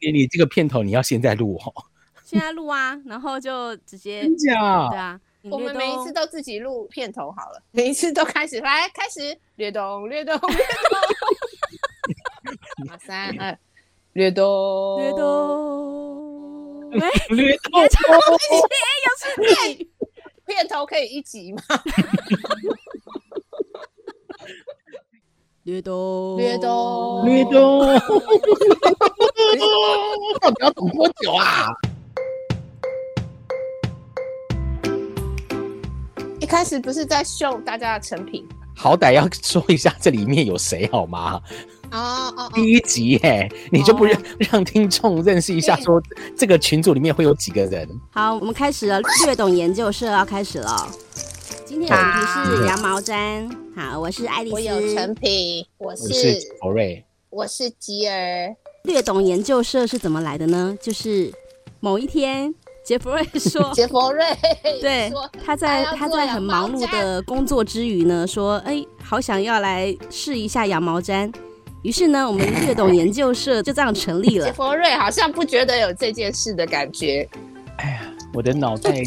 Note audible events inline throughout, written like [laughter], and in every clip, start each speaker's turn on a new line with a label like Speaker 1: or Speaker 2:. Speaker 1: 给你这个片头，你要现在录哦。
Speaker 2: 现在录啊，然后就直接
Speaker 1: 真 [laughs] 假
Speaker 2: 对？啊，你
Speaker 3: 我
Speaker 2: 略
Speaker 3: 们每一次
Speaker 2: 懂
Speaker 3: 都自己录片头好了，每一次都开始来开始略懂略懂略
Speaker 2: [laughs]
Speaker 3: 懂，三二略懂
Speaker 2: 略懂。喂，
Speaker 1: 略懂
Speaker 2: 别唱，哎，又是你。
Speaker 3: 片头可以一集吗？
Speaker 2: [laughs] 略懂，
Speaker 3: 略懂
Speaker 1: 略懂， [laughs] 到底要懂多久啊？
Speaker 3: 一开始不是在秀大家的成品
Speaker 1: 好歹要说一下这里面有谁好吗？
Speaker 3: 哦哦
Speaker 1: 第一集耶，你就不让让听众认识一下，说这个群组里面会有几个人？
Speaker 2: 好，我们开始了，略懂研究社要开始了。今天的主题是
Speaker 1: 好
Speaker 2: 羊毛毡。好，我是爱丽
Speaker 3: 我有成
Speaker 2: 丝。
Speaker 3: 品，我
Speaker 1: 我是
Speaker 3: 是
Speaker 1: 博瑞，
Speaker 3: 我是吉儿，
Speaker 2: 略懂研究社是怎么来的呢？就是某一天，杰弗瑞说，
Speaker 3: 杰佛瑞
Speaker 2: 哦对
Speaker 3: 说，
Speaker 2: 他在
Speaker 3: 他要
Speaker 2: 他
Speaker 3: 做
Speaker 2: 在
Speaker 3: 羊
Speaker 2: 很
Speaker 3: 毛
Speaker 2: 忙碌
Speaker 3: 毡
Speaker 2: 的工作之余
Speaker 3: [laughs]
Speaker 2: 呢，说，哎，好想要来试一下羊毛毡。于是呢，我们略懂研究社就这样成立了
Speaker 3: 杰。佛瑞好像不觉得有这件事的感觉，
Speaker 2: 嗯
Speaker 1: 我的脑袋。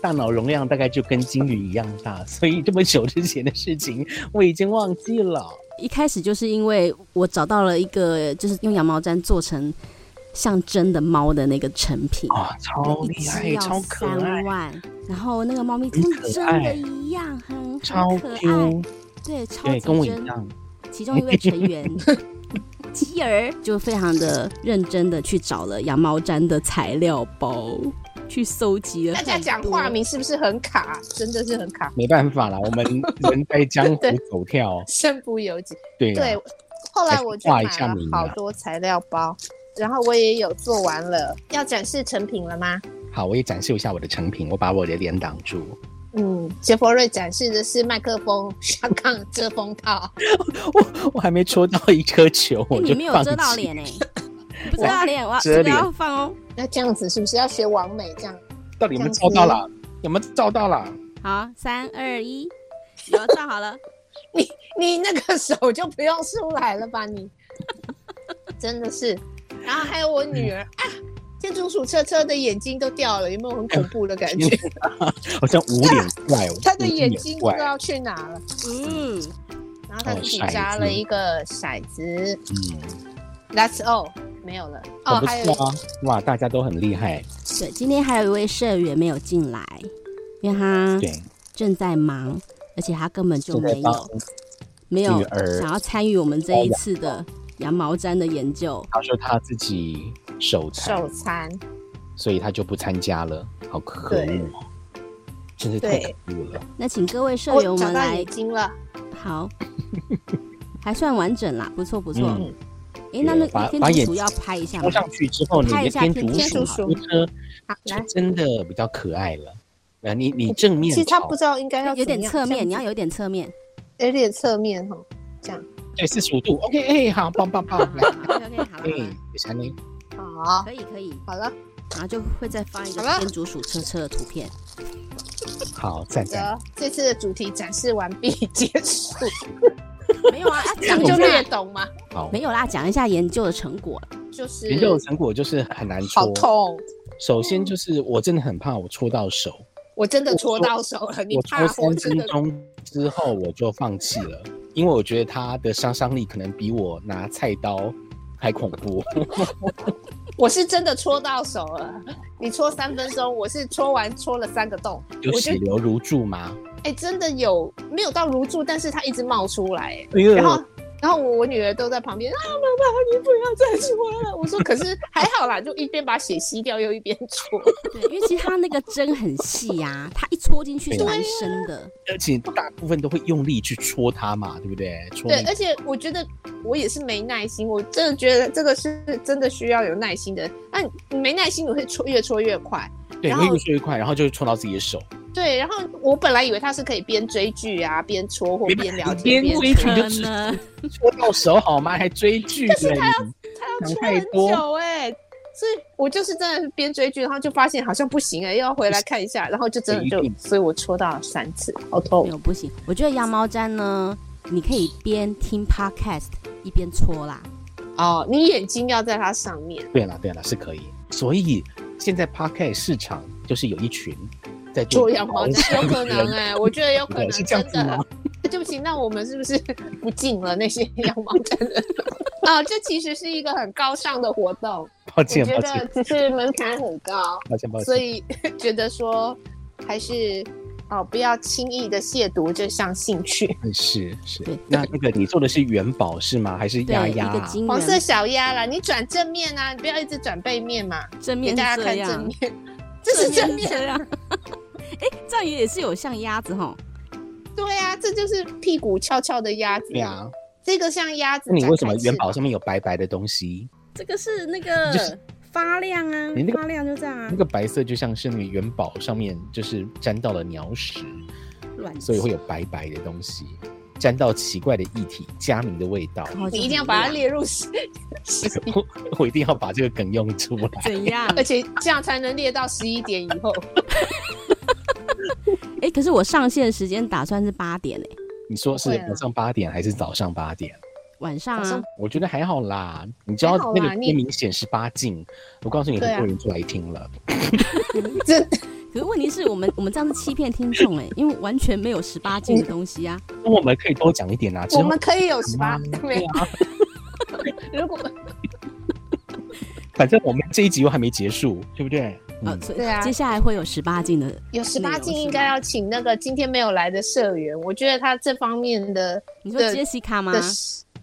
Speaker 1: 大脑容量大概就跟金鱼一样大，所以这么久之前的事情我已经忘记了。
Speaker 2: 一开始就是因为我找到了一个，就是用羊毛毡做成像真的猫的那个成品，
Speaker 1: 啊、超
Speaker 2: 一
Speaker 1: 厉
Speaker 2: 只
Speaker 1: 害，
Speaker 2: 要
Speaker 1: 超可爱
Speaker 2: 三，万，然后那个猫咪跟真的一样，很很
Speaker 1: 超
Speaker 2: 可
Speaker 1: Q，
Speaker 2: 爱，对，超
Speaker 1: 对，跟我
Speaker 2: 级
Speaker 1: 一
Speaker 2: 真。
Speaker 1: 样。
Speaker 2: 其中一位成
Speaker 3: [laughs]
Speaker 2: 员吉儿就非常的认真的去找了羊毛毡的材料包，去搜集了
Speaker 3: 大
Speaker 2: 很多。
Speaker 3: 家讲化名是不是很卡？啊真的是很卡，
Speaker 1: 没办
Speaker 2: [laughs]
Speaker 1: 法啦，我们人在江湖
Speaker 3: 对
Speaker 1: 走跳，
Speaker 3: 身不由己。
Speaker 1: 对
Speaker 3: 对
Speaker 1: 啊，，
Speaker 3: 后
Speaker 1: 还
Speaker 3: 来
Speaker 1: 是
Speaker 3: 我就
Speaker 1: 画
Speaker 3: 买
Speaker 1: 一下
Speaker 3: 了
Speaker 1: 名
Speaker 3: 好
Speaker 1: 啊
Speaker 3: 多材料包，然后我也有做完了。要展示成品了吗？
Speaker 1: 好，我也展示一下我的成品，我把我的脸挡住。 [laughs]
Speaker 3: 嗯，杰佛瑞展示的是麦克风 [laughs] 下杠遮风套，
Speaker 1: 我我还没戳到一颗球，
Speaker 2: 哎
Speaker 1: 我
Speaker 2: 你
Speaker 1: 就
Speaker 2: 没有
Speaker 1: 放
Speaker 2: 遮到
Speaker 1: 弃 [laughs]
Speaker 2: 脸哎、不知道脸，我要
Speaker 1: 遮
Speaker 2: 这个
Speaker 1: 脸
Speaker 2: 要放哦。
Speaker 3: 那这样子是不是要学完美这样？
Speaker 1: 到底有没有照到啦？有没有照到啦？
Speaker 2: 好，三二一，有照好了。
Speaker 3: 你你那个手就不用出来了吧你，真的是。然后还有我女儿、啊，建筑鼠车车的眼睛都掉了，有没有很恐怖的感
Speaker 1: [laughs]
Speaker 3: 觉？
Speaker 1: 好像无脸怪
Speaker 2: [laughs]
Speaker 1: 哦，
Speaker 3: 她的
Speaker 1: 无
Speaker 3: 眼睛不
Speaker 1: 怪
Speaker 3: 知。道去哪了。
Speaker 2: 嗯，
Speaker 3: 然后她
Speaker 1: 哦
Speaker 3: 自己
Speaker 1: 骰
Speaker 3: 扎
Speaker 1: 子
Speaker 3: 了一个骰子
Speaker 1: 嗯，
Speaker 3: ，That's all，没有了。哦，
Speaker 1: 很不
Speaker 3: 还有
Speaker 1: 错啊！哇，大家都很厉害，
Speaker 2: 对，今天还有一位社员没有进来，因为他
Speaker 1: 对，
Speaker 2: 正在忙，而且他根本就
Speaker 1: 正在
Speaker 2: 没
Speaker 1: 帮
Speaker 2: 嗯有没有
Speaker 1: 女儿
Speaker 2: 想要参与我们这一次的羊毛毡的研究。
Speaker 1: 他说他自己手残
Speaker 3: 手，残，
Speaker 1: 所以他就不参加了，好可恶哦，真是太可
Speaker 3: 对
Speaker 1: 恶了。
Speaker 2: 那请各位社
Speaker 3: 我
Speaker 2: 员
Speaker 3: 找
Speaker 2: 们
Speaker 3: 哦到
Speaker 2: 来
Speaker 3: 眼，睛了，
Speaker 2: 好， [laughs] 还算完整啦，不错不错。
Speaker 1: 嗯
Speaker 2: 诶，那那
Speaker 1: 把
Speaker 2: 个天
Speaker 1: 把眼
Speaker 2: 竺鼠要拍一下吗
Speaker 1: 戳？上去之后，你
Speaker 2: 拍一
Speaker 1: 的
Speaker 2: 下
Speaker 1: 天
Speaker 2: 天
Speaker 1: 竺
Speaker 3: 天
Speaker 1: 鼠
Speaker 3: 竺
Speaker 1: 好
Speaker 3: 鼠
Speaker 1: 车
Speaker 3: 好
Speaker 1: 就
Speaker 3: 来。
Speaker 1: 真的比较可爱了。呃，你你正面
Speaker 3: 其实他
Speaker 1: 朝
Speaker 3: 不知道应该要
Speaker 2: 有点
Speaker 3: 怎么
Speaker 2: 侧
Speaker 3: 样
Speaker 2: 面，你
Speaker 3: 这
Speaker 2: 要
Speaker 3: 样
Speaker 2: 有点侧面。
Speaker 3: 子有点侧面哈，这样
Speaker 1: 对四十五度，OK，哎、好，棒棒棒 [laughs]
Speaker 2: 好，好好，OK，好了，好了
Speaker 1: 嗯，小妮，
Speaker 3: 好，
Speaker 2: 可以可以。
Speaker 3: 好了，
Speaker 2: 然后就会再放一个
Speaker 3: 好了
Speaker 2: 天竺鼠车车的图片。
Speaker 1: 好，赞赞，
Speaker 3: 得呃这次的主题展示完毕 [laughs] 结束，
Speaker 2: 没有啊，啊 [laughs]
Speaker 3: 这
Speaker 2: 讲
Speaker 3: 样
Speaker 2: 一
Speaker 3: 就略
Speaker 2: 下，
Speaker 3: 懂吗？
Speaker 1: 好。
Speaker 2: 没有啦，讲一下研究的成果。
Speaker 3: 就是
Speaker 1: 研究的成果就是很难
Speaker 3: 好
Speaker 1: 戳。
Speaker 3: 痛，
Speaker 1: 首先就是我真的很怕我戳到手，
Speaker 3: 我真的戳到手了，你
Speaker 1: 我
Speaker 3: 怕
Speaker 1: 戳
Speaker 3: 我
Speaker 1: 三
Speaker 3: 真
Speaker 1: 分
Speaker 3: 的
Speaker 1: 钟之后我就放弃了，因为我觉得它的杀伤力可能比我拿菜刀还恐怖。
Speaker 3: 我是真的戳到手了，你戳三分钟，我是戳完戳了三个洞，
Speaker 1: 有
Speaker 3: 我
Speaker 1: 血
Speaker 3: 就
Speaker 1: 流如注吗？
Speaker 3: 哎真的有没有到如注，但是它一直冒出来，哎
Speaker 1: 因为
Speaker 3: 然后然后我我女儿都在旁边啊，妈妈你不要再戳了。我说可是还好啦，就一边把血吸掉，又一边戳。
Speaker 2: 对，因为其实它那个针很细呀、它一戳进去是
Speaker 1: 对
Speaker 2: 蛮深的。
Speaker 1: 而且大部分都会用力去戳它嘛，对不对？戳
Speaker 3: 对
Speaker 1: 那，
Speaker 3: 哎
Speaker 1: 个
Speaker 3: 而且我觉得我也是没耐心，我真的觉得这个是真的需要有耐心的。那你没耐心，你会戳越戳越快。
Speaker 1: 对，
Speaker 3: 然
Speaker 1: 会
Speaker 3: 后
Speaker 1: 越戳越快，然后就会戳到自己的手。
Speaker 3: 对，然后我本来以为他是可以边追剧啊边戳或
Speaker 1: 没
Speaker 3: 边聊
Speaker 1: 你
Speaker 3: 天边
Speaker 1: 边追剧就戳
Speaker 2: 呢，
Speaker 1: 戳到手好吗？还追剧？但是
Speaker 3: 他要
Speaker 1: 想
Speaker 3: 戳
Speaker 1: 太
Speaker 3: 很
Speaker 1: 多
Speaker 3: 久哎、所以我就是真的是边追剧，然后就发现好像不行哎、又要回来看一下，然后就真的
Speaker 1: 不一
Speaker 3: 就，
Speaker 1: 定
Speaker 3: 所以我戳到了三次，好痛
Speaker 2: 没。有不行。我觉得羊毛毡呢，你可以边听 podcast 一边搓啦，
Speaker 3: 哦，你眼睛要在它上面。
Speaker 1: 对了对了，是可以。所以现在 podcast 市场就是有一群在
Speaker 3: 做
Speaker 1: 做
Speaker 3: 羊毛毡有可
Speaker 1: [laughs]
Speaker 3: 能哎、我觉得有可能
Speaker 1: 是
Speaker 3: 真
Speaker 1: 这样子
Speaker 3: 的
Speaker 1: 吗。
Speaker 3: [laughs] 对不起，那我们是不是不敬了那些羊毛毡的？啊，这其实是一个很高尚的活动，
Speaker 1: 抱
Speaker 3: 我觉
Speaker 1: 歉抱
Speaker 3: 得
Speaker 1: 歉
Speaker 3: 只是门槛很高，
Speaker 1: 抱歉抱歉，
Speaker 3: 所以觉得说还是哦，不要轻易的亵渎这项兴趣。
Speaker 1: 嗯是是
Speaker 2: 对。
Speaker 1: 那那个你做的是元宝是吗？还是
Speaker 2: 对
Speaker 1: 鸭鸭
Speaker 2: 一个
Speaker 1: 啊？
Speaker 2: 金
Speaker 3: 黄色
Speaker 2: 元
Speaker 3: 小鸭啦，你转正面啊，你不要一直转背面嘛，
Speaker 2: 正
Speaker 3: 给
Speaker 2: 面
Speaker 3: 大
Speaker 2: 是
Speaker 3: 家
Speaker 2: 这
Speaker 3: 看正
Speaker 2: 样，
Speaker 3: 面，这是正面
Speaker 2: 这样。 [laughs] 哎、这样也是有像鸭子吼，
Speaker 3: 对呀、啊，这就是屁股翘翘的鸭子。
Speaker 1: 对啊，，
Speaker 3: 这个像鸭子。
Speaker 1: 那你为什么元宝？上面有白白的东西？
Speaker 2: 这个是那
Speaker 1: 就
Speaker 2: 个
Speaker 1: 是
Speaker 2: 发亮啊
Speaker 1: 你那个
Speaker 2: 发亮就这样啊
Speaker 1: 那，个白色就像是那个元宝上面就是沾到了鸟屎，
Speaker 2: 卵
Speaker 1: 所以会有白白的东西，沾到奇怪的液体，加明的味道。
Speaker 2: 然后就
Speaker 3: 你一定要
Speaker 2: 很
Speaker 3: 把它
Speaker 2: 亮
Speaker 3: 列入
Speaker 1: [laughs]
Speaker 3: 十，
Speaker 1: 嗯我我一定要把这个梗用出来。
Speaker 2: 怎样？
Speaker 3: 而且这样才能列到十一点以
Speaker 1: [laughs]
Speaker 3: 后。
Speaker 2: 哎、可是我上线时间打算是八点哎、
Speaker 1: 你说是
Speaker 3: 不会啊
Speaker 1: 晚上八点还是早上八点？
Speaker 2: 晚上
Speaker 3: 早上
Speaker 2: 啊，
Speaker 1: 我觉得还好啦，你知道
Speaker 3: 还好啦
Speaker 1: 那个
Speaker 3: 你
Speaker 1: 片明显十八禁，我告诉你，
Speaker 3: 对
Speaker 1: 很
Speaker 3: 啊
Speaker 1: 多人就来听了。
Speaker 3: 这
Speaker 2: 可是问题是我们我们这样是欺骗听众哎、因为完全没有十八禁的东西啊，
Speaker 1: 那我们可以多讲一点啊，之
Speaker 3: 我
Speaker 1: 后
Speaker 3: 们可以有十
Speaker 1: 讲
Speaker 3: 八
Speaker 1: 啊，
Speaker 3: [laughs] 没有？如果
Speaker 1: 反正我们这一集又还没结束，对不对？
Speaker 2: 呃
Speaker 1: 嗯，，
Speaker 2: 所以
Speaker 3: 对啊
Speaker 2: 接下来会有十八禁的，
Speaker 3: 有十八禁，
Speaker 2: 没有
Speaker 3: 应该要请那个今天没有来的社员。我觉得他这方面的
Speaker 2: 你说
Speaker 3: 对
Speaker 2: 杰西卡吗
Speaker 3: 的？，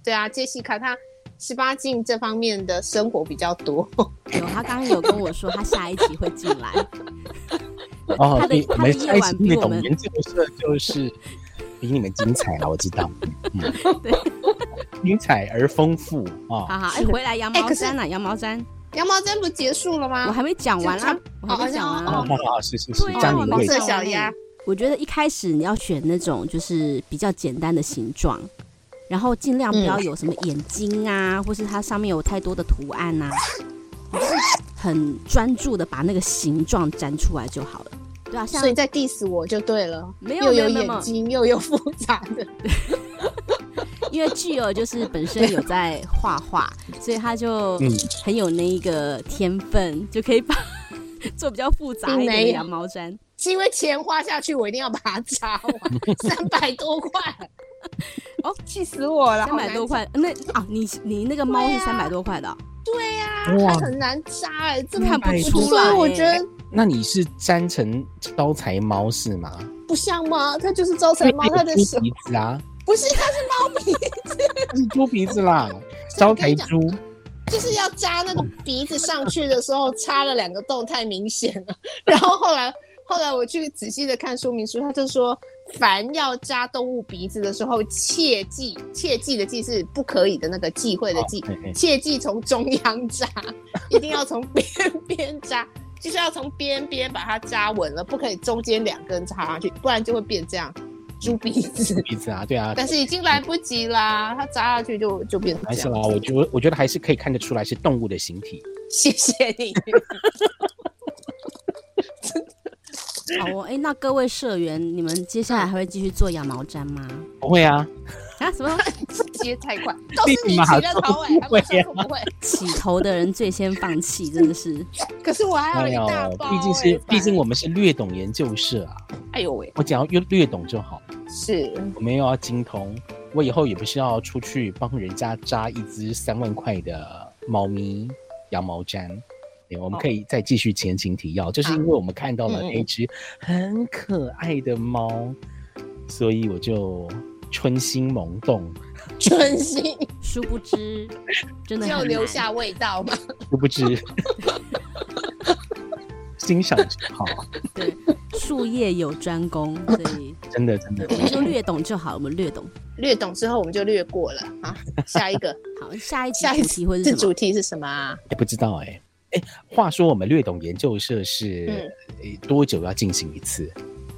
Speaker 3: 对啊，杰西卡他十八禁这方面的生活比较多。 [laughs]
Speaker 2: 有，他刚刚有跟我说他下一集会进 [laughs] 来，
Speaker 1: 哦
Speaker 2: 呃他，的
Speaker 1: 你我
Speaker 2: 他的
Speaker 1: 们
Speaker 2: 夜
Speaker 1: 下一集
Speaker 2: 晚比
Speaker 1: 那
Speaker 2: 我
Speaker 1: 种
Speaker 2: 们
Speaker 1: 研究社就是比你们精彩了，我知道，嗯，
Speaker 2: [laughs] 对，
Speaker 1: [laughs] 精彩而丰富啊。
Speaker 2: 好好，哎、回来羊
Speaker 3: 哎
Speaker 2: 毛
Speaker 3: 可是
Speaker 2: 毡啊，羊毛毡，
Speaker 3: 羊毛毡不结束了
Speaker 2: 我
Speaker 3: 吗？
Speaker 2: 还没讲完啦
Speaker 3: 就，
Speaker 2: 我还没讲完
Speaker 3: 哦
Speaker 1: 好
Speaker 2: 啊。
Speaker 1: 好好，是是是
Speaker 2: 对，啊
Speaker 1: 加
Speaker 2: 我
Speaker 1: 明
Speaker 2: 们
Speaker 1: 味
Speaker 2: 是
Speaker 3: 黄色哦小鸭，
Speaker 2: 我觉得一开始你要选那种就是比较简单的形状，然后尽量不
Speaker 3: 嗯
Speaker 2: 要有什么眼睛啊，或是它上面有太多的图案啊，你就是很专注的把那个形状粘出来就好了。对啊，像
Speaker 3: 所以在 diss 我就对了，
Speaker 2: 没有
Speaker 3: 又
Speaker 2: 没有
Speaker 3: 有
Speaker 2: 没有没有
Speaker 3: 眼，睛，又有复杂的。
Speaker 2: 因为具有就是本身有在画画，所以他就
Speaker 1: 嗯
Speaker 2: 很有那一个天分，就可以把 [laughs] 做比较复杂一
Speaker 3: 并
Speaker 2: 点
Speaker 3: 没
Speaker 2: 的
Speaker 3: 有
Speaker 2: 羊毛毡。
Speaker 3: 是因为钱花下去，我一定要把它扎完，三百多块，
Speaker 2: [laughs] 哦，
Speaker 3: 气死我了，
Speaker 2: 三百多块，那啊，你你那个猫
Speaker 3: 对
Speaker 2: 是
Speaker 3: 啊
Speaker 2: 三百多块的哦、
Speaker 3: 好难扎，
Speaker 1: 哇
Speaker 3: 它很难扎哎、这么
Speaker 2: 看不
Speaker 3: 难
Speaker 2: 出
Speaker 3: 所
Speaker 2: 来
Speaker 3: 以我
Speaker 2: 欸
Speaker 3: 觉得
Speaker 1: 那你是粘成招财猫是吗？
Speaker 3: 不像吗？它就是招财猫，它的
Speaker 1: 猪
Speaker 3: 手
Speaker 1: 鼻子啊，
Speaker 3: 不是它是
Speaker 1: 它是猪鼻子
Speaker 3: [laughs]
Speaker 1: 啦，招财猪。
Speaker 3: 就是要扎那个鼻子上去的时候插了两个洞，太明显了。然后后来后来我去仔细的看说明书，他就说。凡要扎动物鼻子的时候，切记切记的记是不可以的那个忌讳的忌，
Speaker 1: 嘿嘿
Speaker 3: 切记从中央扎，一定要从边边扎，就是要从边边把它扎稳了，不可以中间两根插上去，不然就会变这样猪鼻子。
Speaker 1: 鼻子啊，对啊，
Speaker 3: 但是已经来不及啦，它扎下去就就变
Speaker 1: 还
Speaker 3: 这
Speaker 1: 是
Speaker 3: 样。
Speaker 1: 啦，我觉得我觉得还是可以看得出来是动物的形体。
Speaker 3: 谢谢你，
Speaker 2: 好哦，哎、那各位社员，你们接下来还会继续做羊毛毡吗？
Speaker 1: 不会啊，
Speaker 2: 啊，什么
Speaker 3: 接太快，都是你起的头哎、还不是我不会。
Speaker 2: 起头的人最先放弃，真的是。
Speaker 3: [laughs] 可是我还
Speaker 1: 哎呦
Speaker 3: 有一大包、哎
Speaker 1: 毕竟是毕竟
Speaker 3: 我，
Speaker 1: 我们是略懂研究社啊，
Speaker 3: 哎呦喂，
Speaker 1: 我只要略略懂就好，
Speaker 3: 是
Speaker 1: 我没有要精通。我以后也不是要出去帮人家扎一只三万块的猫咪羊毛毡。对我们可以再继续前情提要，就是因为我们看到了
Speaker 3: 哦嗯嗯嗯
Speaker 1: 那只很可爱的猫，所以我就春心萌动，
Speaker 3: 春心
Speaker 2: 殊不知， [laughs] 真的
Speaker 3: 就
Speaker 2: 很
Speaker 3: 留
Speaker 2: 难
Speaker 3: 下味道嘛。
Speaker 1: 殊不
Speaker 3: [laughs]
Speaker 1: 知欣赏就好，
Speaker 2: 对术业有专攻，所以
Speaker 1: 真的真的
Speaker 2: 我。们就略懂就好，我们略懂。
Speaker 3: 略懂之后我们就略过了啊，下一个。
Speaker 2: 好，下一集
Speaker 3: 下一
Speaker 2: 主题会
Speaker 3: 这
Speaker 2: 是什么
Speaker 3: 主？题是什么啊？
Speaker 1: 也不知道哎、欸。哎、话说我们略懂研究社是、
Speaker 3: 嗯
Speaker 1: 诶多久要进行一次？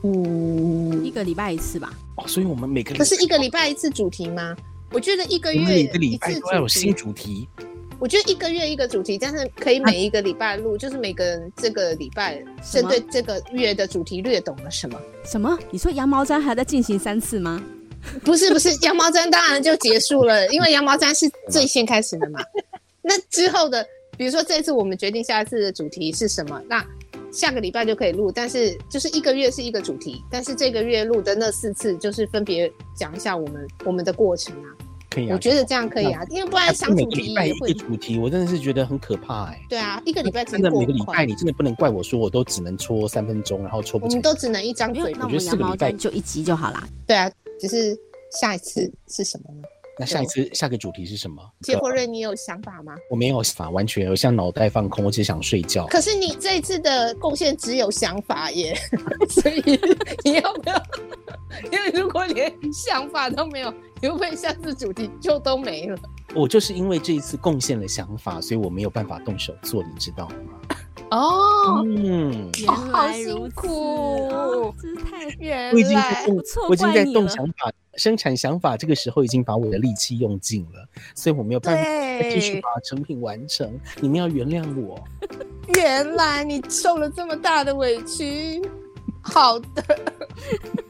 Speaker 2: 一
Speaker 3: 嗯，
Speaker 2: 个礼拜一次吧。
Speaker 1: 哦，所以我们每个礼
Speaker 3: 不是一个礼拜一次主题吗？我觉得一个
Speaker 1: 我们
Speaker 3: 月
Speaker 1: 每个礼拜
Speaker 3: 次
Speaker 1: 都要有
Speaker 3: 主
Speaker 1: 新啊
Speaker 3: 题，
Speaker 1: 主题。
Speaker 3: 我觉得一个月一个主题，但是可以每一个礼拜录，就是每个人这个礼拜
Speaker 2: 什
Speaker 3: 针
Speaker 2: 么
Speaker 3: 对这个月的主题略懂了什么。
Speaker 2: 什么？你说羊毛毡还在进行三次吗？
Speaker 3: 不是不是，羊毛毡当然就结束了，因为羊毛毡是最先开始的嘛。 [laughs] 那之后的，比如说这次我们决定下一次的主题是什么，那下个礼拜就可以录，但是就是一个月是一个主题，但是这个月录的那四次就是分别讲一下我们我们的过程啊。
Speaker 1: 可以啊。
Speaker 3: 我觉得这样可以啊，因为不然相
Speaker 1: 每
Speaker 3: 处
Speaker 1: 个
Speaker 3: 疲
Speaker 1: 礼
Speaker 3: 也
Speaker 1: 拜一
Speaker 3: 会
Speaker 1: 个。主题，我真的是觉得很可怕哎、
Speaker 3: 对啊，一个礼拜其
Speaker 1: 真
Speaker 3: 实
Speaker 1: 的
Speaker 3: 过
Speaker 1: 每个
Speaker 3: 很
Speaker 1: 礼
Speaker 3: 快嗯
Speaker 1: 拜，你真的不能怪我说我都只能搓三分钟，然后搓
Speaker 3: 我
Speaker 1: 不
Speaker 3: 们
Speaker 1: 成。
Speaker 3: 都只能一张
Speaker 2: 没有
Speaker 3: 嘴，
Speaker 2: 那
Speaker 3: 巴。
Speaker 2: 我
Speaker 1: 觉得
Speaker 2: 们
Speaker 1: 四
Speaker 2: 羊
Speaker 1: 个
Speaker 2: 毛
Speaker 1: 礼拜
Speaker 2: 毡就一集就好啦。
Speaker 3: 对啊，只是下一次是什么呢？
Speaker 1: 那下一次下个主题是什么？
Speaker 3: 结婚日你有想法吗？
Speaker 1: 我没有法，完全我像脑袋放空，我只想睡觉。
Speaker 3: 可是你这一次的贡献只有想法耶， [laughs] 所以你要不要？ [laughs] 因为如果连想法都没有，你会不会下次主题就都没了？
Speaker 1: 我就是因为这一次贡献了想法，所以我没有办法动手做，你知道吗？
Speaker 3: 哦，
Speaker 1: 嗯，
Speaker 2: 原
Speaker 3: 好
Speaker 2: 来
Speaker 3: 辛
Speaker 2: 如此，
Speaker 3: 哦苦
Speaker 2: 啊真是太
Speaker 3: 原
Speaker 1: 我已经在
Speaker 3: 来
Speaker 1: 动
Speaker 2: 我错，
Speaker 1: 我已经
Speaker 2: 怪
Speaker 1: 在
Speaker 2: 你
Speaker 1: 动
Speaker 2: 了
Speaker 1: 想法、生产想法，这个时候已经把我的力气用尽了，所以我没有办法再继续
Speaker 2: 哎
Speaker 3: 对
Speaker 1: 把成品完成。你们要原谅我。
Speaker 3: 原来你受了这么大的委屈。好的，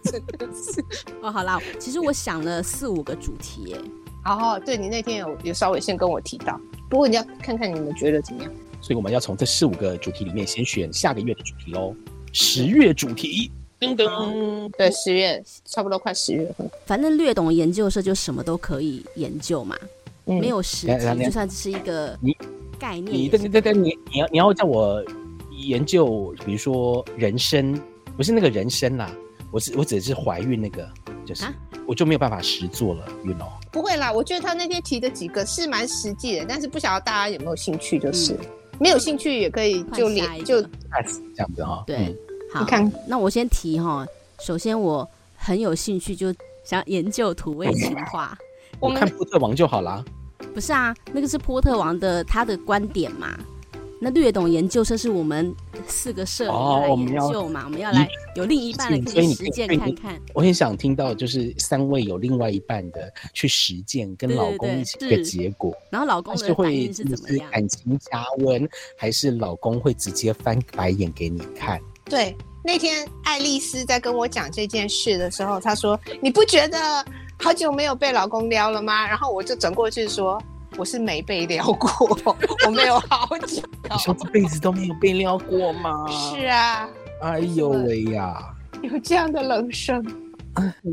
Speaker 3: 真的是
Speaker 2: 哦。好啦，其实我想了四五个主题耶，
Speaker 3: 哦，对你那天有有稍微先跟我提到，不过你要看看你们觉得怎么样。
Speaker 1: 所以我们要从这四五个主题里面先选下个月的主题喽。十月主题，噔噔，
Speaker 2: 嗯
Speaker 3: 对，十月差不多快十月份，
Speaker 2: 反正略懂研究社就什么都可以研究嘛，
Speaker 3: 嗯
Speaker 2: 没有实
Speaker 1: 来来
Speaker 2: 体
Speaker 1: 来
Speaker 2: 就算是一个
Speaker 1: 你
Speaker 2: 概念
Speaker 1: 你
Speaker 2: 也
Speaker 1: 对
Speaker 2: 是。
Speaker 1: 对对对，你你要你要叫我研究，比如说人参，不是那个人参啦，我只我只是怀孕那个，就是、
Speaker 2: 啊
Speaker 1: 我就没有办法实做了，you know。
Speaker 3: 不会啦，我觉得他那天提的几个是蛮实际的，但是不晓得大家有没有兴趣，就是、没有兴趣也可以
Speaker 2: 嗯换
Speaker 3: 就
Speaker 2: 下一
Speaker 3: 连
Speaker 2: 个
Speaker 3: 就
Speaker 1: Yes，这样子哈、
Speaker 2: 啊对
Speaker 1: 嗯
Speaker 2: 好
Speaker 3: 你，看
Speaker 2: 那我先提哈，首先我很有兴趣，就想研究土味情话。
Speaker 3: 我
Speaker 1: 我
Speaker 3: 们
Speaker 1: 看波特王就好啦。
Speaker 2: 不是啊，那个是波特王的他的观点嘛。那略懂研究社是我们四个社
Speaker 1: 哦
Speaker 2: 来
Speaker 1: 我们
Speaker 2: 研
Speaker 1: 要
Speaker 2: 究嘛，我们要
Speaker 1: 一
Speaker 2: 来有另一半的可
Speaker 1: 所以
Speaker 2: 以
Speaker 1: 你
Speaker 2: 实践
Speaker 1: 可以
Speaker 2: 看看。
Speaker 1: 我很想听到，就是三位有另外一半的去实践，跟
Speaker 2: 对对
Speaker 1: 老公
Speaker 2: 对
Speaker 1: 一起的
Speaker 2: 是
Speaker 1: 结果，
Speaker 2: 然后老
Speaker 1: 他
Speaker 2: 公
Speaker 1: 是
Speaker 2: 的反
Speaker 1: 会
Speaker 2: 应是
Speaker 1: 就
Speaker 2: 怎么
Speaker 1: 是
Speaker 2: 样？
Speaker 1: 感情加温，还是老公会直接翻白眼给你看？
Speaker 3: 对那天爱丽丝在跟我讲这件事的时候，她说：“你不觉得好久没有被老公撩了吗？”然后我就转过去说：“我是没被撩过，
Speaker 2: [laughs]
Speaker 3: 我没有好久。
Speaker 1: 你说这辈子都没有被撩过
Speaker 2: 哦
Speaker 1: 吗？
Speaker 3: 是啊，
Speaker 1: 哎呦喂呀！
Speaker 3: 有这样的人生。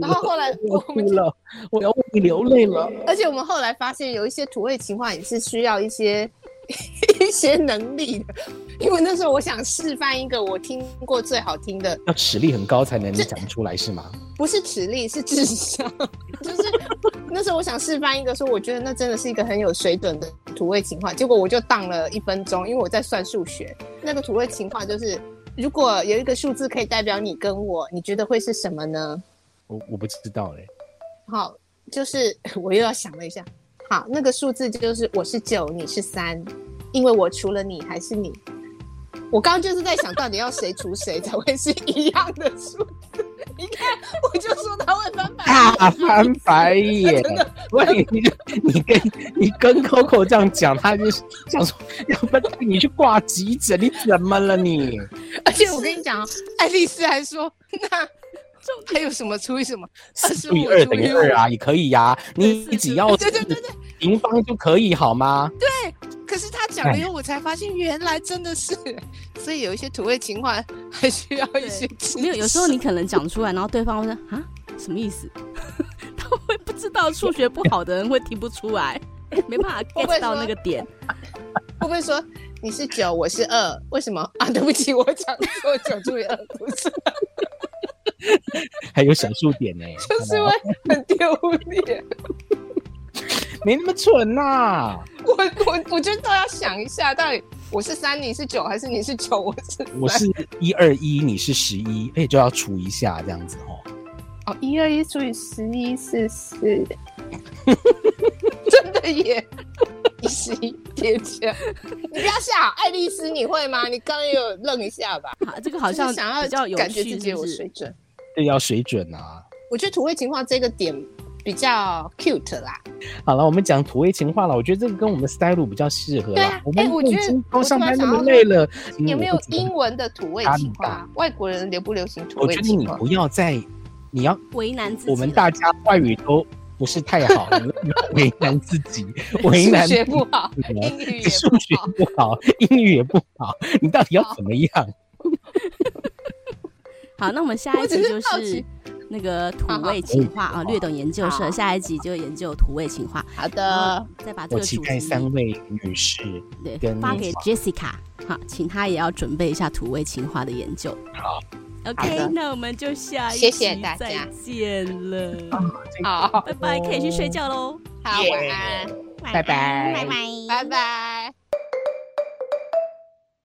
Speaker 3: 然后
Speaker 1: 我
Speaker 3: 后来
Speaker 1: 要
Speaker 3: 我们
Speaker 1: 哭了，我要为你流泪了。
Speaker 3: 而且我们后来发现，有一些土味情话也是需要一些 [laughs] 一些能力的。因为那时候我想示范一个我听过最好听的，
Speaker 1: 要实力很高才能讲出来是吗？
Speaker 3: 不是齿力，是智商。 [laughs] 就是那时候我想示范一个，说我觉得那真的是一个很有水准的土味情话。结果我就当了一分钟，因为我在算数学。那个土味情话就是，如果有一个数字可以代表你跟我，你觉得会是什么呢？
Speaker 1: 我我不知道欸嘞、
Speaker 3: 好，就是 [laughs] 我又要想了一下，好，那个数字就是我是九，你是三，因为我除了你还是你。我刚刚就是在想，到底要谁除谁才会是一样的数字？你看，我就说他会翻白眼。
Speaker 1: 大翻白眼！我你你跟你跟 Coco 这样讲，他就是想说，要不你去挂急诊，你怎么了你？
Speaker 3: 而且我跟你讲哦，爱丽丝还说， [laughs] 那还有什么除以什么？二十
Speaker 1: 除以
Speaker 3: 五
Speaker 1: 二
Speaker 3: 除
Speaker 1: 等于
Speaker 3: 以
Speaker 1: 二啊
Speaker 3: 五。
Speaker 1: 啊，也可以呀、你
Speaker 2: 是是
Speaker 1: 只要
Speaker 3: 对对对对。
Speaker 1: 平方就可以好吗？
Speaker 3: 可是他讲了以后，我才发现原来真的是，所以有一些土味情话还需要一些知识。
Speaker 2: 没有，有时候你可能讲出来，然后对方会说啊，什么意思？ [laughs] 他会不知道，数学不好的人会听不出
Speaker 3: [laughs]
Speaker 2: 来，没办法
Speaker 3: 我会
Speaker 2: get 到
Speaker 3: 说
Speaker 2: 那个点。
Speaker 3: 会不会说你是九，我是二？为什么 [laughs] 啊？对不起，我讲错，九除以二不是，
Speaker 1: 还有小数点呢、
Speaker 3: [laughs] 就是会很丢脸。
Speaker 1: 没那么蠢呐、
Speaker 3: 我我我觉得都要想一下，到底我是三，你是九，还是你是九，我是三
Speaker 1: 我是一二一，你是十一，哎，就要除一下这样子哦。
Speaker 3: [laughs] 哦，一二一除以十一是四， [laughs] 真的耶，一十一叠加。你不要笑，爱丽丝，你会吗？你刚刚也有愣一下吧？
Speaker 2: 好，这个好
Speaker 3: 就是
Speaker 2: 像
Speaker 3: 想要
Speaker 2: 比较有
Speaker 3: 感觉自
Speaker 2: 趣，
Speaker 3: 己
Speaker 2: 是
Speaker 3: 有
Speaker 2: 不
Speaker 3: 水
Speaker 2: 是？
Speaker 3: 准。
Speaker 1: 这要水准啊！
Speaker 3: 我觉得土味情话这个点比较 cute 啦。
Speaker 1: 好了，我们讲土味情话了，我觉得这个跟我们的 style 比较适合啦。
Speaker 3: 对啊
Speaker 1: 我们
Speaker 3: 哎我觉得
Speaker 1: 已经都
Speaker 3: 我
Speaker 1: 上
Speaker 3: 突
Speaker 1: 班
Speaker 3: 然
Speaker 1: 那
Speaker 3: 想
Speaker 1: 么
Speaker 3: 到
Speaker 1: 累了，嗯
Speaker 3: 有没有
Speaker 1: 我不知道
Speaker 3: 英文的土味情话？外国人流不流行土
Speaker 1: 我
Speaker 3: 味
Speaker 1: 觉得
Speaker 3: 情
Speaker 1: 你
Speaker 3: 话？
Speaker 1: 不要再你要
Speaker 2: 为难自己了。
Speaker 1: 我们大家外语都不是太好，你为为难自
Speaker 3: [laughs]
Speaker 1: 己，为
Speaker 3: 数
Speaker 1: 难
Speaker 3: 学
Speaker 1: 自
Speaker 3: 不好，
Speaker 1: 己了
Speaker 3: 英语也
Speaker 1: [laughs] 数学
Speaker 3: 不好。
Speaker 1: 不好，英语也不好，你到底要怎么样？
Speaker 2: 好，那我们下
Speaker 3: 我
Speaker 2: 一
Speaker 3: 只
Speaker 2: 集
Speaker 3: 是
Speaker 2: 就
Speaker 3: 好
Speaker 2: 是
Speaker 3: 奇
Speaker 2: 那个土
Speaker 3: 好好
Speaker 2: 味情话
Speaker 1: 好
Speaker 2: 啊，略懂研究社
Speaker 3: 好呃
Speaker 2: 下一集就研究土味情话，
Speaker 3: 好
Speaker 2: 然
Speaker 3: 的
Speaker 2: 后，再把这
Speaker 1: 我
Speaker 2: 个
Speaker 1: 期
Speaker 2: 主
Speaker 1: 待
Speaker 2: 题
Speaker 1: 三位女士。
Speaker 2: 对
Speaker 1: 跟
Speaker 2: 发
Speaker 1: 你
Speaker 2: 给
Speaker 1: 讲
Speaker 2: Jessica，好，请她也要准备一下土味情话的研究。
Speaker 1: 好
Speaker 3: 好
Speaker 2: OK，
Speaker 3: 的
Speaker 2: 那我们就下一
Speaker 3: 谢
Speaker 2: 集
Speaker 3: 谢大
Speaker 2: 再
Speaker 3: 家
Speaker 2: 见了，
Speaker 3: 好
Speaker 1: 嗯
Speaker 2: 拜拜，可以去睡觉喽，
Speaker 3: 好，晚安，
Speaker 2: 晚
Speaker 1: 拜
Speaker 2: 安
Speaker 1: 拜
Speaker 2: 拜拜，
Speaker 3: 拜。拜。